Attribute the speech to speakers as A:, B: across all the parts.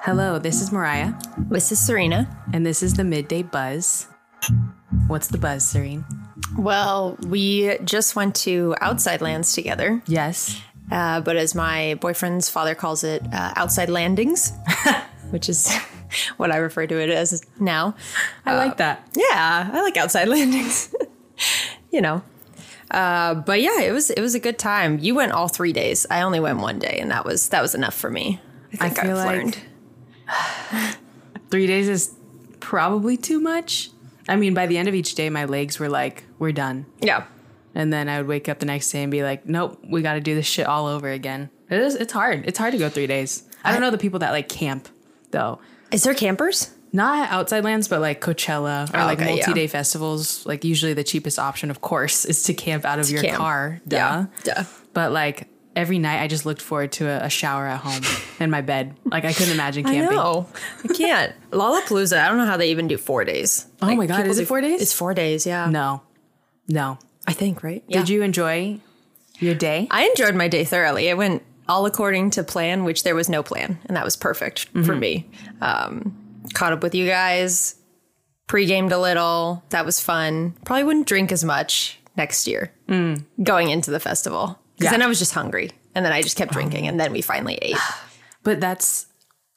A: Hello, this is Mariah,
B: This is Serena.
A: and this is the Midday Buzz. What's the buzz, Serene?
B: Well, we just went to Outside Lands together,
A: Yes.
B: uh, but as my boyfriend's father calls it, uh, Outside Landings, which is what I refer to it as now.
A: I like that.
B: Yeah, I like Outside Landings. you know. Uh, but yeah, it was it was a good time. You went all three days. I only went one day, and that was that was enough for me. I think I
A: feel
B: have
A: like-
B: learned.
A: Three days is probably too much. I mean, by the end of each day, my legs were like, we're done.
B: Yeah,
A: And then I would wake up the next day and be like, nope, we got to do this shit all over again. It is, it's hard. It's hard to go three days. I don't know the people that like camp, though.
B: is there campers?
A: Not outside lands, but like Coachella or
B: Oh,
A: like
B: okay, yeah.
A: multi day festivals. Like, usually the cheapest option, of course, is to camp out of your
B: camp.
A: car. Duh.
B: duh.
A: But like every night, I just looked forward to a, a shower at home in my bed. Like I couldn't imagine camping.
B: No, I can't. Lollapalooza. I don't know how they even do four days.
A: Oh my God,
B: people
A: is it
B: do-
A: four days?
B: It's four days. Yeah.
A: No, no.
B: I think right.
A: Did you enjoy your day?
B: I enjoyed my day thoroughly. It went all according to plan, which there was no plan, and that was perfect for
A: Mm-hmm.
B: me. Um, caught up with you guys, pre-gamed a little. That was fun. Probably wouldn't drink as much next year going into the festival because
A: Mm. Yeah.
B: then I was just hungry, and then I just kept drinking, and then we finally ate.
A: but that's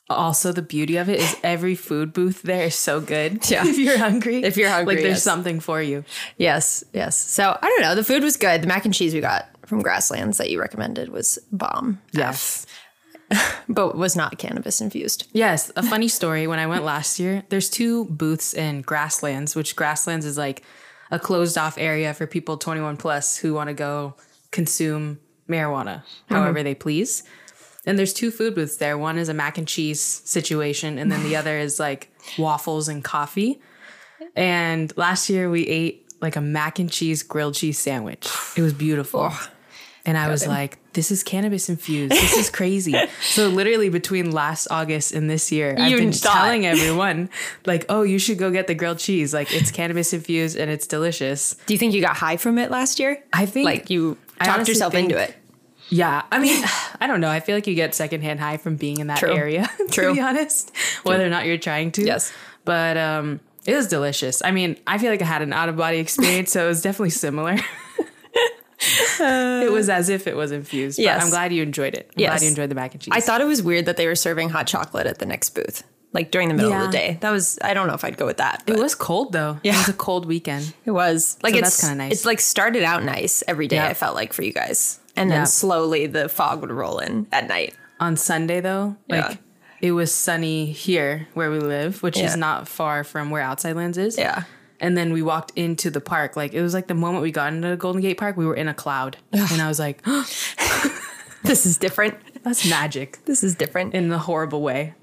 A: also the beauty of it is every food booth there is so good.
B: Yeah.
A: if you're hungry,
B: If you're hungry,
A: like there's
B: yes.
A: something for you.
B: Yes, yes. So I don't know. The food was good. The mac and cheese we got from Grasslands that you recommended was bomb.
A: Yes.
B: But was not cannabis infused.
A: Yes, a funny story. When I went last year, there's two booths in Grasslands, which Grasslands is like a closed off area for people 21 plus who want to go consume marijuana however they please. And there's two food booths there. One is a mac and cheese situation, and then the other is like waffles and coffee. And last year we ate like a mac and cheese grilled cheese sandwich. It was beautiful. And I was like, this is cannabis infused. This is crazy. so literally between last August and this year, I've
B: You
A: been
B: thought.
A: telling everyone, like, oh, you should go get the grilled cheese. Like it's cannabis infused and it's delicious.
B: Do you think you got high from it last year?
A: I think
B: like you
A: I
B: talked
A: honestly
B: yourself
A: think-
B: into it.
A: Yeah. I mean, I don't know. I feel like you get secondhand high from being in that
B: True.
A: area, to
B: True.
A: be honest, whether or not you're trying to.
B: Yes.
A: But um, it was delicious. I mean, I feel like I had an out of body experience, so it was definitely similar. it was as if it was infused. But
B: Yes.
A: I'm glad you enjoyed it. I'm glad
B: Yes.
A: you enjoyed the mac and cheese.
B: I thought it was weird that they were serving hot chocolate at the next booth, like during the middle of the
A: Yeah.
B: day. That was I don't know if I'd go with that. But
A: it
B: it,
A: was cold though. It
B: Yeah.
A: was a cold weekend.
B: was like
A: So
B: it's
A: that's kinda nice.
B: It's like started out nice every day.
A: Yeah.
B: I felt like for you guys, and then
A: Yeah.
B: slowly the fog would roll in at night.
A: On Sunday though, like
B: Yeah.
A: it was sunny here where we live, which is
B: Yeah.
A: not far from where Outside Lands is.
B: Yeah.
A: And then we walked into the park. Like it was like the moment we got into Golden Gate Park, we were in a cloud. and I was like,
B: This is different.
A: that's magic
B: This is different.
A: in a horrible way.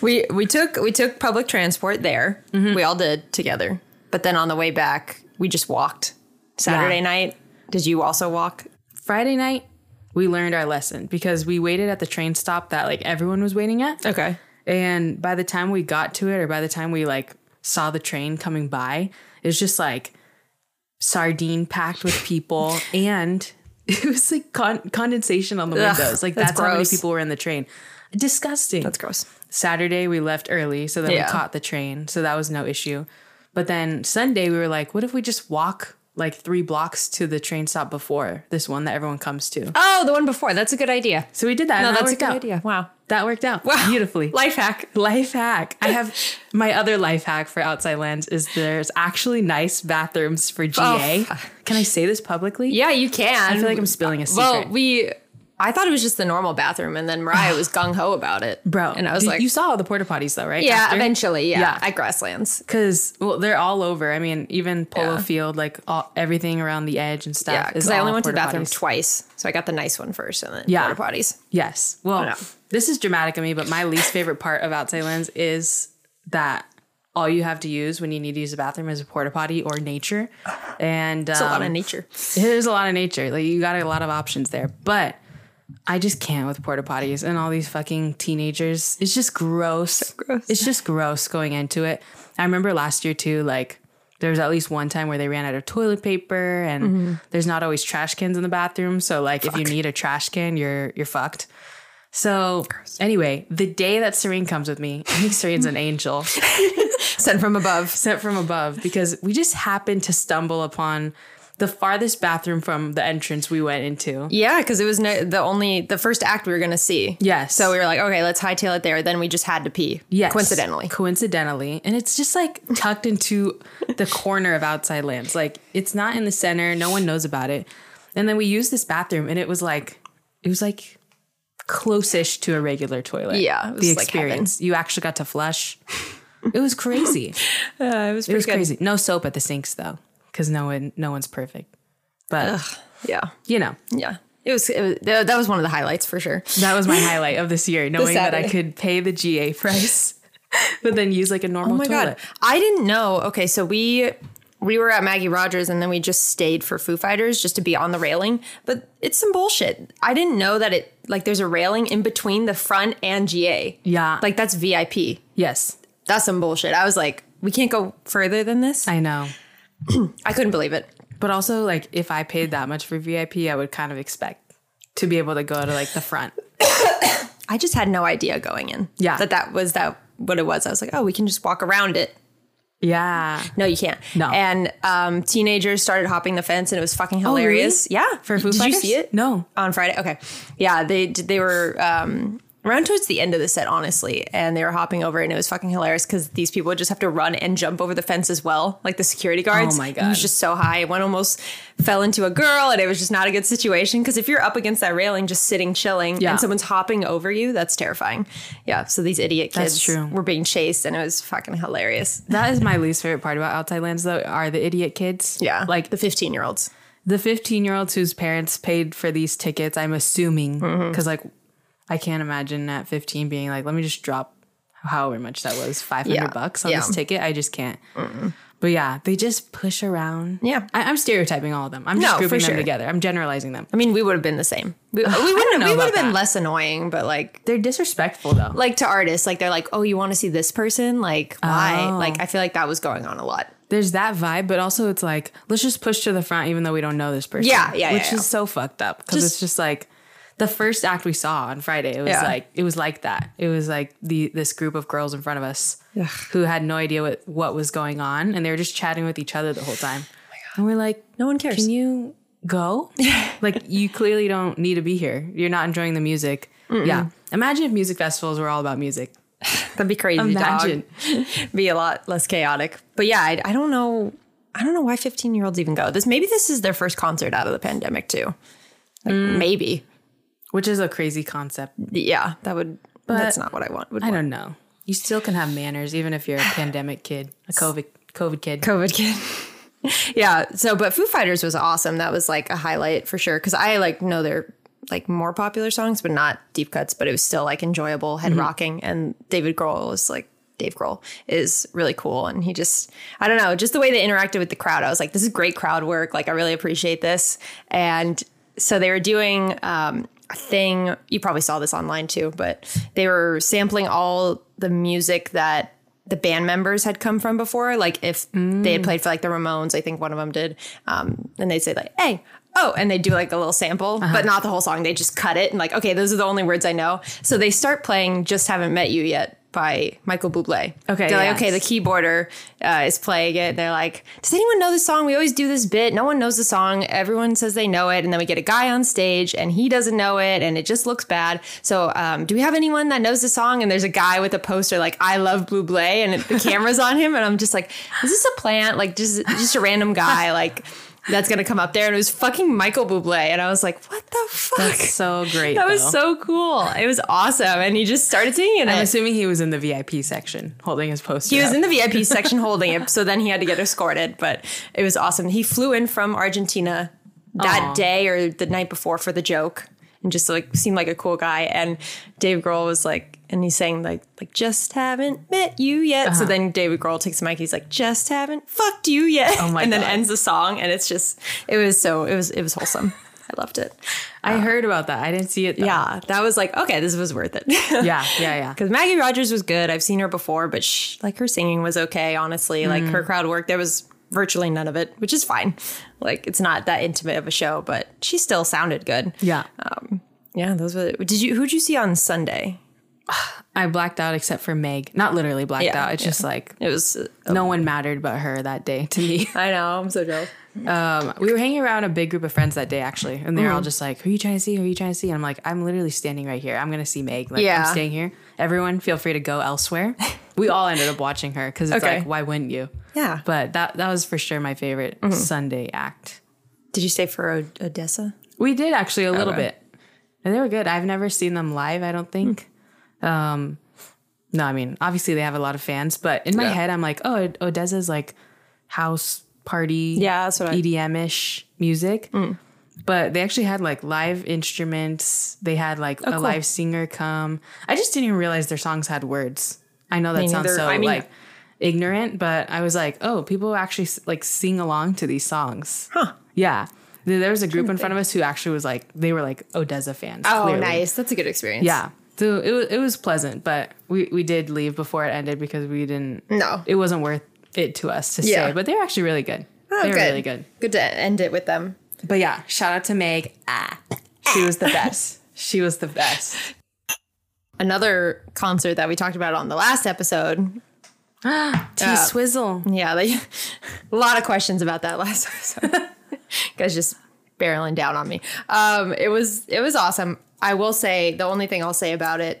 B: We we took we took public transport there. We all did together. But then on the way back, we just walked. Saturday
A: Yeah.
B: night, did you also walk?
A: Friday night, we learned our lesson because we waited at the train stop that like everyone was waiting at.
B: Okay.
A: And by the time we got to it, or by the time we like saw the train coming by, it was just like sardine packed with people, and it was like con- condensation on the
B: Ugh,
A: windows. Like that's,
B: that's
A: how many
B: gross.
A: people were in the train. Disgusting.
B: That's gross.
A: Saturday we left early, so then
B: Yeah.
A: we caught the train, so that was no issue. But then Sunday we were like, what if we just walk like three blocks to the train stop before this one that everyone comes to?
B: Oh, the one before. That's a good idea.
A: So we did that.
B: No,
A: and that
B: that's a
A: worked
B: good
A: out.
B: idea. Wow.
A: That worked out beautifully.
B: Life hack.
A: Life hack. I have my other life hack for outside lands is there's actually nice bathrooms for GA.
B: fuck.
A: Can I say this publicly?
B: Oh, Yeah, you can.
A: I feel like I'm spilling a secret.
B: Well, we I thought it was just the normal bathroom and then Mariah was gung ho about it.
A: bro.
B: And I was
A: did-
B: like
A: you saw all the porta potties though, right?
B: Yeah,
A: After?
B: eventually, yeah,
A: Yeah.
B: At Grasslands.
A: Cause well, they're all over. I mean, even Polo
B: Yeah.
A: Field, like all, everything around the edge and stuff.
B: Yeah.
A: is
B: Because I only
A: all
B: went to the
A: porta
B: bathroom
A: potties.
B: twice. So I got the nice one first and then
A: Yeah.
B: yeah. porta potties.
A: Yes. Well,
B: Oh, no.
A: this is dramatic of me, but my least favorite part of outside lands is that all you have to use when you need to use a bathroom is a porta potty or nature. And
B: It's a lot
A: um,
B: of nature.
A: there's a lot of nature. Like you got a lot of options there, but I just can't with porta potties and all these fucking teenagers. It's just gross.
B: gross.
A: It's just gross going into it. I remember last year too, like there was at least one time where they ran out of toilet paper and there's not always trash cans in the bathroom. So like if you need a trash can, you're you're fucked. So anyway, the day that Serene comes with me, I think Serene's an angel
B: Sent from above.
A: sent from above because we just happened to stumble upon the farthest bathroom from the entrance we went into.
B: Yeah, because it was no, the only the first act we were gonna see.
A: Yes.
B: So we were like, okay, let's hightail it there. Then we just had to pee.
A: Yes.
B: Coincidentally.
A: Coincidentally. And it's just like tucked into the corner of outside lands. Like it's not in the center. No one knows about it. And then we used this bathroom and it was like it was like close-ish to a regular toilet.
B: Yeah, it was
A: the
B: like
A: experience. you actually got to flush. It was crazy.
B: it was
A: it
B: pretty
A: was crazy. No soap at the sinks though. Because no one no one's perfect. But
B: Yeah.
A: you know,
B: Yeah. It was, it was that that was one of the highlights for sure.
A: that was my highlight of this year, knowing that I
B: Saturday.
A: could pay the GA price, but then use like a normal
B: Oh my
A: toilet.
B: god. I didn't know. Okay, so we we were at Maggie Rogers and then we just stayed for Foo Fighters just to be on the railing, but it's some bullshit. I didn't know that it like there's a railing in between the front and GA.
A: Yeah.
B: Like that's VIP.
A: Yes.
B: That's some bullshit. I was like, we can't go further than this. I,
A: I know.
B: couldn't believe it.
A: But also, like, if I paid that much for VIP, I would kind of expect to be able to go to like the front.
B: I just had no idea going in.
A: Yeah.
B: That that was that what it was. I was like, oh, we can just walk around it.
A: Yeah.
B: No, you can't.
A: No.
B: And um, teenagers started hopping the fence, and it was fucking
A: Oh, really?
B: hilarious. Yeah.
A: For Foo
B: Did
A: Fighters?
B: you see it?
A: No.
B: On Friday. Okay. Yeah. They they were um, around towards the end of the set, honestly, and they were hopping over, and it was fucking hilarious because these people would just have to run and jump over the fence as well, like the security guards.
A: Oh my
B: It
A: God.
B: was just so high. One almost fell into a girl, and it was just not a good situation because if you're up against that railing, just sitting chilling,
A: Yeah.
B: and someone's hopping over you, that's terrifying. Yeah. So these idiot kids
A: That's true.
B: were being chased, and it was fucking hilarious.
A: That is my least favorite part about Outside Lands, though, are the idiot kids.
B: Yeah.
A: Like
B: the 15 year olds.
A: the 15 year olds whose parents paid for these tickets, I'm assuming,
B: Mm-hmm.
A: because like I can't imagine at 15 being like, let me just drop however much that was 500
B: Yeah.
A: bucks on
B: Yeah.
A: this ticket. I just can't. But yeah, they just push around.
B: Yeah.
A: I- I'm stereotyping all of them. I'm
B: No,
A: just
B: for
A: grouping them
B: sure.
A: together. I'm generalizing them.
B: I mean, we would have been the same. We, we
A: don't
B: wouldn't.
A: know
B: We would have
A: about
B: been
A: that.
B: less annoying, but like,
A: They're disrespectful though.
B: like to artists, like they're like, "Oh, you want to see this person? Like, why?" Like, I feel like that was going on a lot.
A: there's that vibe, but also it's like, let's just push to the front even though we don't know this person.
B: Yeah, yeah,
A: Which
B: yeah, yeah.
A: is so fucked up because it's just like the first act we saw on Friday, it was
B: Yeah.
A: like it was like that. It was like the this group of girls in front of us who had no idea what, what was going on and they were just chatting with each other the whole
B: Oh
A: time. And we're like,
B: No one cares.
A: Can you go? like you clearly don't need to be here. You're not enjoying the music. Yeah. Imagine if music festivals were all about music.
B: That'd be crazy.
A: Imagine.
B: dog. be a lot less chaotic. But yeah, I, I don't know. I don't know why 15 year olds even go. This maybe this is their first concert out of the pandemic too. Like, Maybe.
A: Which is a crazy concept.
B: Yeah, that would. that's not what I want. Would
A: I
B: want.
A: don't know. You still can have manners even if you're a pandemic kid, a COVID COVID kid.
B: COVID kid. yeah. So, but Foo Fighters was awesome. That was like a highlight for sure. Cause I like know their like more popular songs, but not deep cuts, but it was still like enjoyable, head rocking. And David Grohl is like, Dave Grohl is really cool. And he just, I don't know, just the way they interacted with the crowd. I was like, this is great crowd work. Like, I really appreciate this. And so they were doing um, a thing. You probably saw this online too, but they were sampling all the music that the band members had come from before. Like if they had played for like the Ramones, I think one of them did. Um, and they'd say like, "Hey, oh," and they do like a little sample,
A: Uh-huh.
B: but not the whole song. They just cut it and like, okay, those are the only words I know. So they start playing "Just Haven't Met You Yet" by Michael Bublé.
A: Okay,
B: they're like,
A: yes.
B: okay, the keyboarder uh, is playing it. They're like, does anyone know this song? We always do this bit. No one knows the song. Everyone says they know it. And then we get a guy on stage and he doesn't know it and it just looks bad. So, um, do we have anyone that knows the song? And there's a guy with a poster like, I love Blue Blay and the camera's on him. And I'm just like, is this a plant? Like, just, just a random guy. Like, that's gonna come up there, and it was fucking Michael Bublé, and I was like, "What the fuck?"
A: That's so great.
B: that was
A: though.
B: so cool. It was awesome, and he just started singing. it.
A: I'm assuming he was in the VIP section holding his poster.
B: He
A: up.
B: was in the VIP section holding it, so then he had to get escorted, but it was awesome. He flew in from Argentina that
A: Aw.
B: day or the night before for the joke and just like seemed like a cool guy. And Dave Grohl was like, and he's saying like, like just haven't met you yet.
A: Uh-huh.
B: So then David Grohl takes the mic. He's like, just haven't fucked you yet. Oh
A: my
B: and then
A: God.
B: ends the song. And it's just, it was so, it was, it was wholesome. I loved it.
A: I heard about that. I didn't see it. Though.
B: Yeah. That was like, okay, this was worth it.
A: yeah, yeah, yeah.
B: Because Maggie Rogers was good. I've seen her before, but sh like her singing was okay, honestly. Like her crowd work, there was virtually none of it, which is fine. Like it's not that intimate of a show, but she still sounded good.
A: Yeah.
B: Yeah, those were. Did you? Who'd you see on Sunday?
A: I blacked out except for Meg. Not literally blacked
B: Yeah,
A: out. It's just like
B: It was. uh,
A: no one mattered but her that day to me.
B: I know. I'm so jealous.
A: Um, we were hanging around a big group of friends that day actually, and they were
B: Mm-hmm.
A: all just like, "Who are you trying to see? Who are you trying to see?" And I'm like, "I'm literally standing right here. I'm gonna see Meg. Like,
B: Yeah.
A: I'm staying here. Everyone, feel free to go elsewhere." we all ended up watching her because it's
B: Okay.
A: like, why wouldn't you?
B: Yeah. Mm-hmm.
A: But that that was for sure my favorite Sunday act.
B: Did you stay for O- Odessa?
A: We did actually a little bit, and they were good. I've never seen them live. I don't think. Um, no, I mean obviously they have a lot of fans, but in my
B: Yeah.
A: head I'm like, oh, Od- Odessa's like house party,
B: Yeah, that's what I- Mm.
A: EDM ish music. But they actually had like live instruments. They had like a
B: Oh, cool.
A: live singer come. I just didn't even realize their songs had words. I know that
B: Me
A: sounds
B: neither.
A: so
B: I mean-
A: like ignorant, but I was like, oh, people actually like sing along to these songs. Huh. Yeah. There there was a group in front of us who actually was like, they were like Odessa fans.
B: Oh,
A: clearly.
B: That's a good experience.
A: Yeah. So it was, it was pleasant, but we, we did leave before it ended because we didn't,
B: No.
A: it wasn't worth it to us to
B: Yeah.
A: stay, but they were actually really good.
B: Oh,
A: they were
B: good.
A: really good.
B: Good to end it with them.
A: But yeah, shout out to Meg. Ah, she was the best. She was the best.
B: Another concert that we talked about on the last episode.
A: T Swizzle.
B: Yeah, they, a lot of questions about that last episode. You guys just barreling down on me. Um, it was it was awesome. I will say the only thing I'll say about it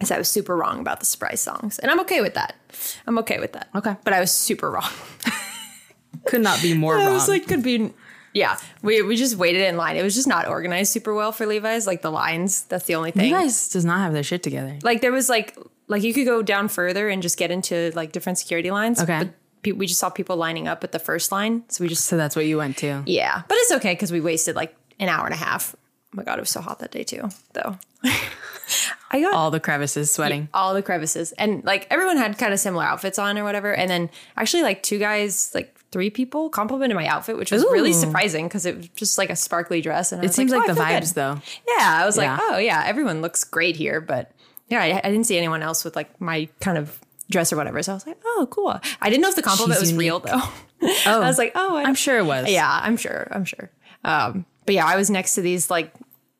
B: is I was super wrong about the surprise songs, and I'm okay with that. I'm okay with that.
A: Okay.
B: but I was super wrong.
A: Could not be more
B: I
A: wrong.
B: was like, could be. Yeah, we, we just waited in line. It was just not organized super well for Levi's. Like the lines, that's the only thing.
A: you guys does not have their shit together.
B: like there was like like you could go down further and just get into like different security lines.
A: Okay.
B: But pe- we just saw people lining up at the first line, so we just
A: So that's what you went to.
B: yeah. But it's okay because we wasted like an hour and a half. Oh my god, it was so hot that day too. Though I got all,
A: All the crevices sweating.
B: the crevices and like everyone had kind of similar outfits on or whatever. And then actually like two guys like. Three people complimented my outfit, which was really
A: Ooh.
B: surprising because it was just like a sparkly dress. And I
A: It
B: was
A: seems like,
B: "Oh, I
A: the
B: feel good."
A: vibes though.
B: Yeah, I was
A: Yeah.
B: like, oh yeah, everyone looks great here, but yeah, I, I didn't see anyone else with like my kind of dress or whatever. So I was like, oh cool. I didn't know if the compliment
A: She's
B: was real though.
A: Oh,
B: I was like, oh, I
A: I'm sure it was.
B: Yeah, I'm sure. I'm sure. Um, but yeah, I was next to these like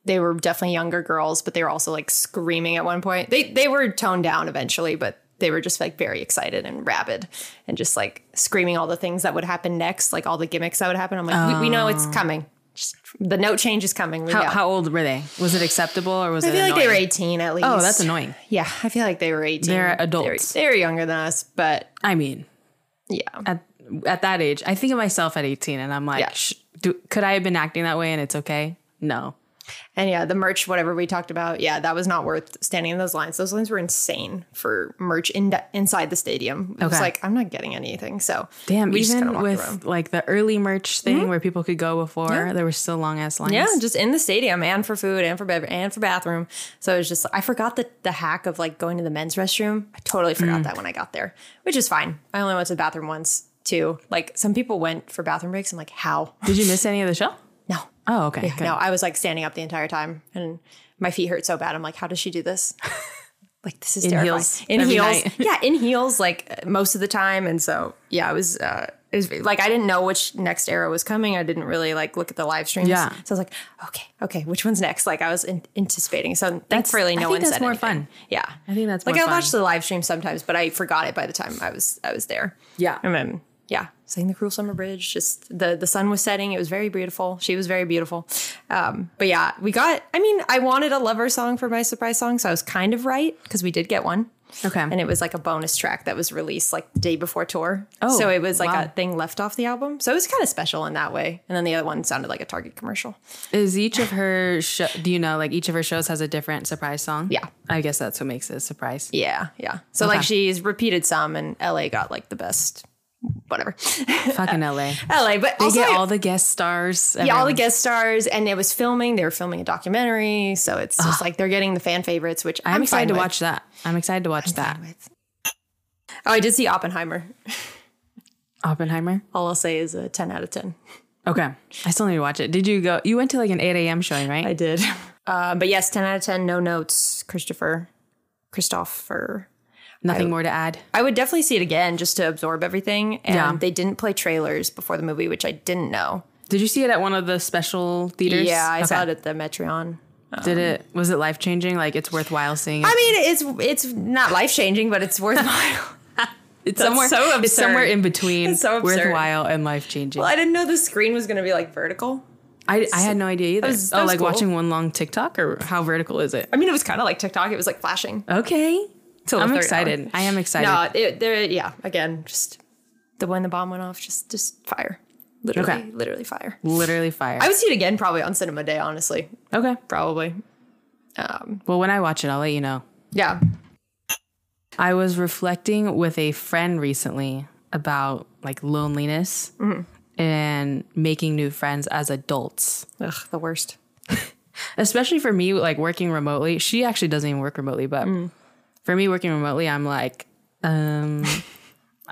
B: they were definitely younger girls, but they were also like screaming at one point. They they were toned down eventually, but they were just like very excited and rabid and just like screaming all the things that would happen next, like all the gimmicks that would happen. I'm like, we, we know it's coming. Just, the note change is coming. We
A: Oh. How,
B: know.
A: how old were they? Was it acceptable or was
B: I
A: it?
B: feel like they
A: annoying?
B: were 18 at least.
A: Oh, that's annoying.
B: Yeah, I feel like they were 18.
A: They're
B: They were-
A: adults.
B: They were, younger than us, but
A: I mean,
B: yeah.
A: at at that age, I think of myself at 18, and I'm like,
B: Yeah.
A: Sh- do, could I have been acting that way and it's okay? No.
B: And yeah, the merch, whatever we talked about, yeah, that was not worth standing in those lines. Those lines were insane for merch in, inside the stadium. It was
A: Okay.
B: like, I'm not getting anything. So
A: Damn,
B: we just kinda
A: even
B: walked
A: with
B: around. Mm-hmm.
A: like the early merch thing where people could go before, there were still long ass lines.
B: Yeah, just in the stadium and for food and for bed and for bathroom. So it was just I forgot the the hack of like going to the men's restroom. I totally forgot that when I got there, which is fine. I only went to the bathroom once too. Like some people went for bathroom breaks. I'm like, how?
A: Did you miss any of the show?
B: No.
A: Oh, okay. good.
B: No, I was like standing up the entire time and my feet hurt so bad. I'm like, how does she do this? like this is
A: In
B: terrifying.
A: heels
B: in
A: every
B: heels.
A: night.
B: yeah, in heels like most of the time. And so yeah, I was uh it was like I didn't know which next era was coming. I didn't really like look at the live streams.
A: Yeah.
B: So I was like, okay, okay, which one's next? Like I was in- anticipating. So thankfully
A: I
B: no
A: think
B: one
A: that's
B: said
A: more
B: anything.
A: fun.
B: Yeah.
A: I think that's
B: like
A: more
B: I
A: fun.
B: watched the live stream sometimes, but I forgot it by the time I was I was there.
A: Yeah.
B: And then yeah, seeing the cruel summer bridge. Just the the sun was setting. It was very beautiful. She was very beautiful. Um, but yeah, we got. I mean, I wanted a lover song for my surprise song, so I was kind of right because we did get one,
A: Okay.
B: and it was like a bonus track that was released like the day before tour.
A: Oh,
B: so it was like
A: wow.
B: a thing left off the album. So it was kind of special in that way. And then the other one sounded like a Target commercial.
A: Is each of her sho do you know like each of her shows has a different surprise song?
B: Yeah.
A: I guess that's what makes it a surprise.
B: Yeah, yeah. So
A: Okay.
B: like she's repeated some, and LA got like the best. Whatever,
A: Fucking LA.
B: LA, but
A: They
B: also
A: get
B: I-
A: all the guest stars.
B: yeah, all the
A: everyone.
B: guest stars, and it was filming. They were filming a documentary, so it's just like they're getting the fan favorites, which Ah. I'm,
A: I'm excited
B: fine
A: to
B: with.
A: watch that. I'm excited to watch that.
B: Fine with. Oh, I did see Oppenheimer.
A: Oppenheimer.
B: All I'll say is a ten out of ten.
A: Okay. I still need to watch it. Did you go you went to like an eight AM showing, right?
B: I did, uh, but yes, ten out of ten. No notes, Christopher, Christopher.
A: Nothing more to add.
B: I would definitely see it again just to absorb everything. And
A: Yeah.
B: they didn't play trailers before the movie, which I didn't know.
A: Did you see it at one of the special theaters?
B: Yeah, I
A: Okay.
B: saw it at the Metreon.
A: Did it? Was it life changing? Like it's worthwhile seeing. It?
B: I mean, it's it's not life changing, but it's worthwhile.
A: it's
B: that's
A: somewhere.
B: so
A: it's somewhere
B: absurd.
A: in between.
B: It's so absurd.
A: worthwhile and life changing.
B: well, I didn't know the screen was going to be like vertical.
A: I, I had no idea either.
B: was- that
A: oh,
B: was
A: like
B: cool.
A: watching one long TikTok or how vertical is it?
B: I mean, it was kind of like TikTok. It was like flashing.
A: Okay.
B: Till the
A: I'm
B: third
A: excited.
B: hour.
A: I am excited.
B: No, it, there. Yeah, again, just the when the bomb went off, just just fire. Literally,
A: Okay.
B: literally fire.
A: Literally fire.
B: I would see it again probably on Cinema Day. Honestly,
A: okay.
B: probably. Um,
A: Well, when I watch it, I'll let you know.
B: yeah.
A: I was reflecting with a friend recently about like loneliness
B: Mm-hmm.
A: and making new friends as adults.
B: Ugh, the worst.
A: Especially for me, like working remotely. She actually doesn't even work remotely, but
B: Mm.
A: for me working remotely, I'm like, um,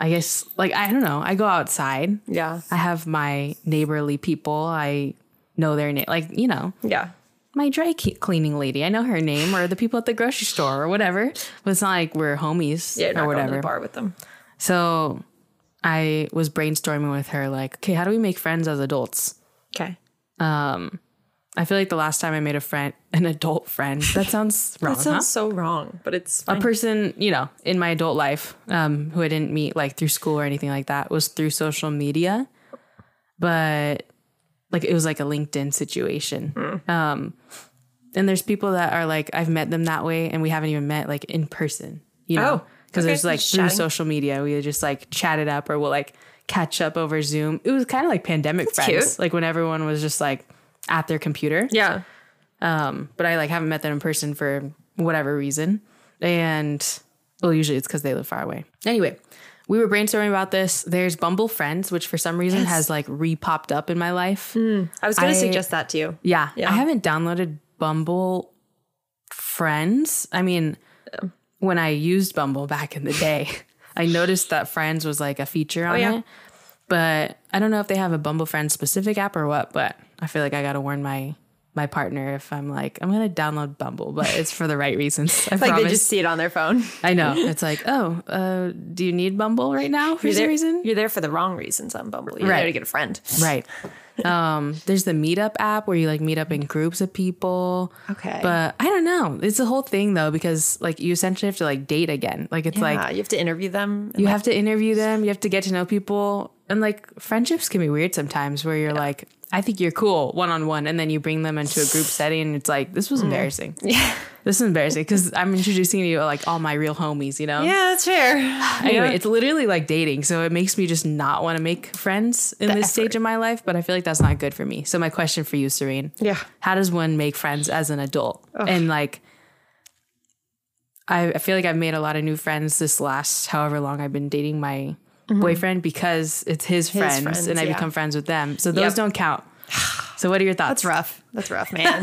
A: I guess like I don't know. I go outside.
B: Yeah.
A: I have my neighborly people. I know their name, like you know,
B: Yeah.
A: my dry ke- cleaning lady. I know her name, or the people at the grocery store, or whatever. But it's not like we're homies
B: Yeah. you're not
A: or
B: going to the
A: whatever.
B: bar with them.
A: So I was brainstorming with her, like, okay, how do we make friends as adults?
B: Okay.
A: I feel like the last time I made a friend, an adult friend, that sounds wrong,
B: That sounds so wrong, but it's
A: huh? A
B: fine.
A: person, you know, in my adult life, um, who I didn't meet like through school or anything like that, was through social media, but like it was like a LinkedIn situation. Um,
B: Hmm.
A: and there's people that are like, I've met them that way, and we haven't even met like in person, you know,
B: Oh,
A: because
B: okay.
A: there's like
B: Just
A: through
B: chatting.
A: social media, we just like chat it up, or we'll like catch up over Zoom. It was kind of like pandemic friends,
B: cute.
A: like when everyone was just like at their computer
B: yeah.
A: but I like haven't met them in person for whatever reason. And well, usually it's because they live far away. Anyway, we were brainstorming about this. There's Bumble Friends, which for some reason has like re popped up in my life.
B: I was going
A: I-
B: to suggest that to you.
A: Yeah,
B: Yeah.
A: I haven't downloaded Bumble Friends. I mean, when I used Bumble back in the day, I noticed that Friends was like a feature on
B: Oh, yeah.
A: it. But I don't know if they have a Bumble Friends specific app or what. But I feel like I got to warn my my partner if I'm like I'm gonna download Bumble, but it's for the right reasons. I
B: Like
A: promise.
B: they just see it on their phone.
A: I know it's like oh, uh, do you need Bumble right now for some
B: there-
A: reason?
B: You're there for the wrong reasons on Bumble. You're
A: Right.
B: there to get a friend.
A: Right. Um, there's the meetup app where you like meet up in groups of people.
B: Okay.
A: But I don't know. It's a whole thing though, because like you essentially have to like date again. Like it's like
B: Yeah, you have to interview them.
A: you have to interview them, you have to get to know people. And like friendships can be weird sometimes where you're like, I think you're cool one on one. And then you bring them into a group setting and it's like, this
B: Mm.
A: was embarrassing. Yeah. This is embarrassing because I'm introducing you to like all my real homies, you know?
B: yeah, that's fair.
A: Anyway, it's literally like dating. So it makes me just not want to make friends in this stage of my life, but I feel like that's not good for me. So my question for you, Serene.
B: Yeah.
A: How does one make friends as an adult? And like I, I feel like I've made a lot of new friends this last however long I've been dating my boyfriend because it's his, friends,
B: Mm-hmm. friends,
A: and I
B: yeah.
A: become friends with them. So those
B: Yep.
A: don't count. So what are your thoughts?
B: That's rough. That's rough, man.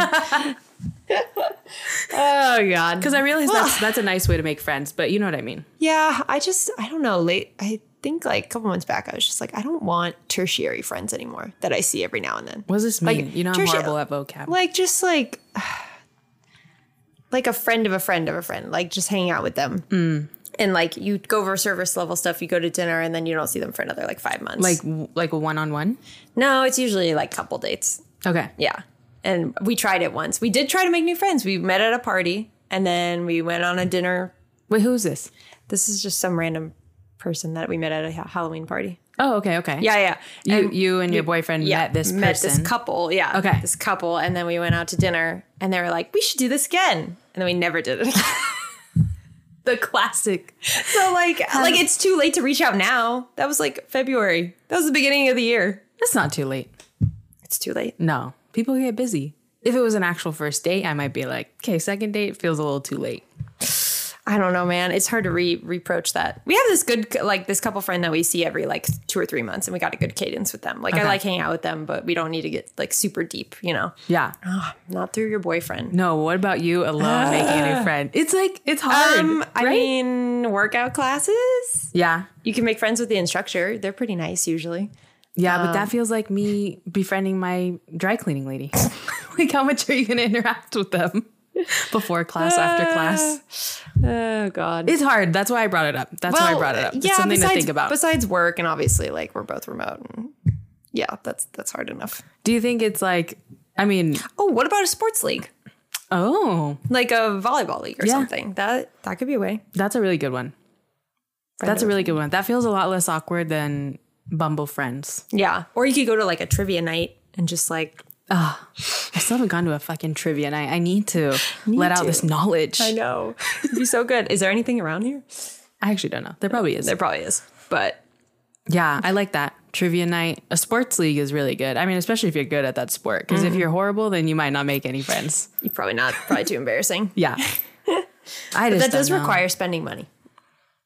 B: oh God.
A: Because I realize that's that's a nice way to make friends, but you know what I mean.
B: yeah, I just I don't know. Late I think like a couple months back, I was just like, I don't want tertiary friends anymore that I see every now and then.
A: What does this mean?
B: Like,
A: you know I'm
B: tertia-
A: horrible at vocab.
B: Like just like like a friend of a friend of a friend, like just hanging out with them. And like you go over service level stuff, you go to dinner, and then you don't see them for another like five months.
A: Like like a one on one.
B: no, it's usually like couple dates.
A: Okay.
B: Yeah. And we tried it once. We did try to make new friends. We met at a party and then we went on a dinner.
A: Wait, who's this?
B: This is just some random person that we met at a ha- Halloween party.
A: Oh, okay, okay.
B: Yeah, yeah.
A: You, you and your boyfriend met this person.
B: met this couple. Yeah.
A: Okay.
B: This couple. And then we went out to dinner and they were like, we should do this again. And then we never did it. again.
A: the classic.
B: so like, um, like it's too late to reach out now. That was like February. That was the beginning of the year.
A: That's not too late.
B: It's too late.
A: No, people get busy. If it was an actual first date, I might be like, okay, second date feels a little too late.
B: I don't know, man. It's hard to re reproach that. We have this good like this couple friend that we see every like two or three months, and we got a good cadence with them. Like I like hanging out with them, but we don't need to get like super deep, you know.
A: Yeah.
B: Not through your boyfriend.
A: No, what about you alone making a new friend? It's like, it's hard.
B: Um, I
A: right?
B: mean, workout classes.
A: yeah.
B: You can make friends with the instructor. They're pretty nice usually.
A: Yeah, but that feels like me befriending my dry cleaning lady. like, how much are you going to interact with them before class, after class?
B: Oh God.
A: It's hard. That's why I brought it up. That's why I brought it up. It's something
B: besides,
A: to think about.
B: Besides work, and obviously, like we're both remote. And yeah, that's that's hard enough.
A: Do you think it's like, I mean,
B: Oh, what about a sports league?
A: Oh,
B: like a volleyball league or
A: Yeah.
B: something. That that could be a way.
A: that's a really good one. That's a really good one. That feels a lot less awkward than Bumble Friends.
B: Yeah. Or you could go to like a trivia night and just like
A: I still haven't gone to a fucking trivia night. I need to let out
B: to.
A: this knowledge. I,
B: know. It'd be so good. Is there anything around here?
A: actually don't know. There probably is.
B: There probably is. But
A: Yeah, I like that. Trivia night. A sports league is really good. I mean, especially if you're good at that sport. Because if you're horrible, then you might not make any friends.
B: you're probably not probably too embarrassing.
A: Yeah. I just
B: That does
A: don't know.
B: require spending money.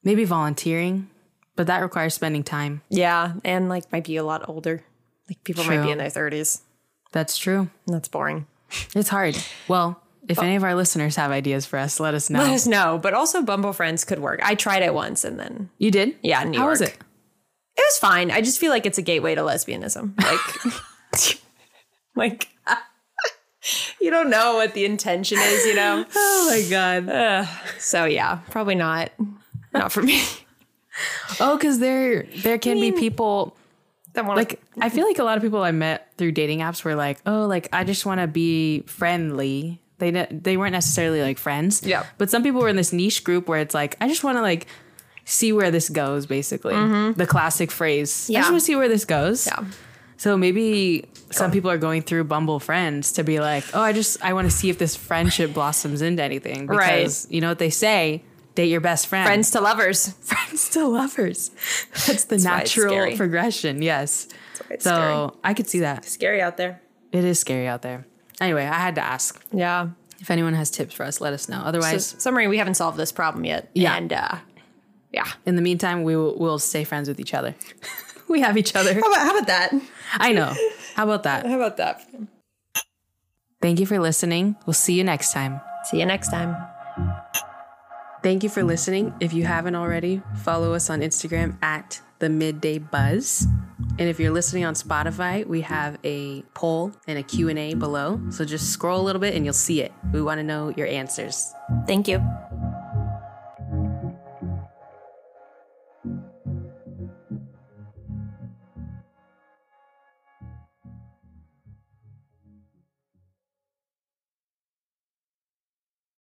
A: maybe volunteering, but that requires spending time.
B: Yeah. And like might be a lot older. Like people might
A: True.
B: be in their thirties.
A: That's true.
B: And that's boring.
A: It's hard. Well, if
B: Oh.
A: any of our listeners have ideas for us, let us know.
B: Let us know. But also Bumble Friends could work. I tried it once and then
A: you did?
B: Yeah, New
A: How
B: York.
A: was it?
B: It was fine. I just feel like it's a gateway to lesbianism. Like, like you don't know what the intention is, you know?
A: Oh my god.
B: So yeah, probably not. Not for me.
A: Oh, because there there can be people
B: That one
A: like I feel like a lot of people I met through dating apps were like, oh, like I just want to be friendly. They ne- they weren't necessarily like friends.
B: Yeah.
A: But some people were in this niche group where it's like, I just want to like see where this goes. Basically, the classic phrase. I
B: Mm-hmm. Yeah.
A: just want to see where this goes.
B: Yeah.
A: So maybe some people are going through Bumble friends to be like, oh, I just I want to see if this friendship blossoms into anything.
B: Right.
A: Because you know what they say. Date your best friend.
B: friends to lovers.
A: friends to lovers. That's the
B: why it's
A: natural
B: scary.
A: progression. Yes.
B: It's
A: So I could see that.
B: scary out there.
A: It is scary out there. Anyway, I had to ask.
B: Yeah.
A: If anyone has tips for us, let us know.
B: So
A: Otherwise,
B: summary, we haven't solved this problem yet.
A: Yeah.
B: And uh yeah.
A: in the meantime, we will we'll stay friends with each other. we have each other.
B: about how about that?
A: I know. How about that?
B: How about that?
A: Thank you for listening. We'll see you next time.
B: See you next time.
A: Thank you for listening. If you haven't already, follow us on Instagram at the Midday Buzz. And if you're listening on Spotify, we have a poll and a Q&A below. So just scroll a little bit and you'll see it. We want to know your answers.
B: Thank you.